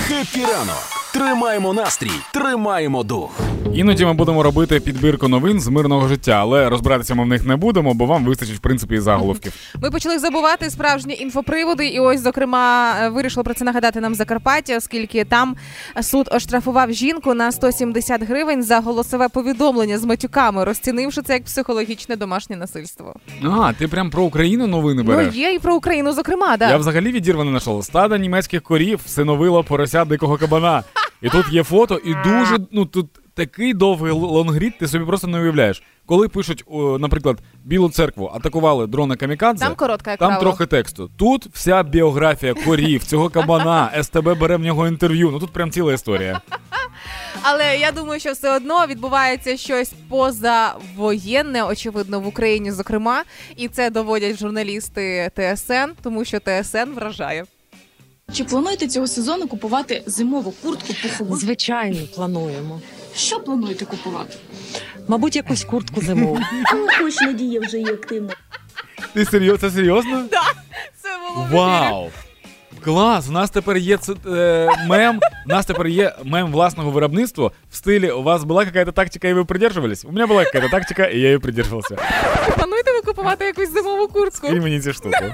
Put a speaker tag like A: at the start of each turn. A: Хеппі ранок. Тримаємо настрій, тримаємо дух.
B: Іноді ми будемо робити підбірку новин з мирного життя, але розбиратися ми в них не будемо, бо вам вистачить в принципі і заголовків.
C: Ми почали забувати справжні інфоприводи, і ось, зокрема, е, вирішило про це нагадати нам Закарпаття, оскільки там суд оштрафував жінку на 170 гривень за голосове повідомлення з матюками, розцінивши це як психологічне домашнє насильство.
B: А, ти прям про Україну новини
C: Ну
B: береш.
C: є і про Україну, зокрема, да
B: Я всагалі відірваний на шоу. Стада німецьких корів всиновила порося дикого кабана. І тут є фото, і дуже ну тут такий довгий л- лонгрід, ти собі просто не уявляєш. Коли пишуть, о, наприклад, Білу церкву атакували дрона камікадзе,
C: там коротка як
B: Там
C: правило.
B: трохи тексту. Тут вся біографія корів, цього кабана, СТБ бере в нього інтерв'ю. Ну тут прям ціла історія.
C: Але я думаю, що все одно відбувається щось позавоєнне, очевидно, в Україні, зокрема, і це доводять журналісти ТСН, тому що ТСН вражає.
D: Чи плануєте цього сезону купувати зимову куртку пухову?
E: Звичайно, плануємо.
D: Що плануєте купувати?
E: Мабуть, якусь куртку зимову.
D: Хоч надія вже є активно.
B: Ти серйозно? Це серйозно?
C: Це було в ефірі.
B: Вау! Клас! У нас тепер є це, е, мем. У нас тепер є мем власного виробництва в стилі у вас була якась тактика, і ви придержувались? У мене була якась тактика, і я її придержувався.
C: Плануєте ви купувати якусь зимову куртку?
B: І мені ці штуки.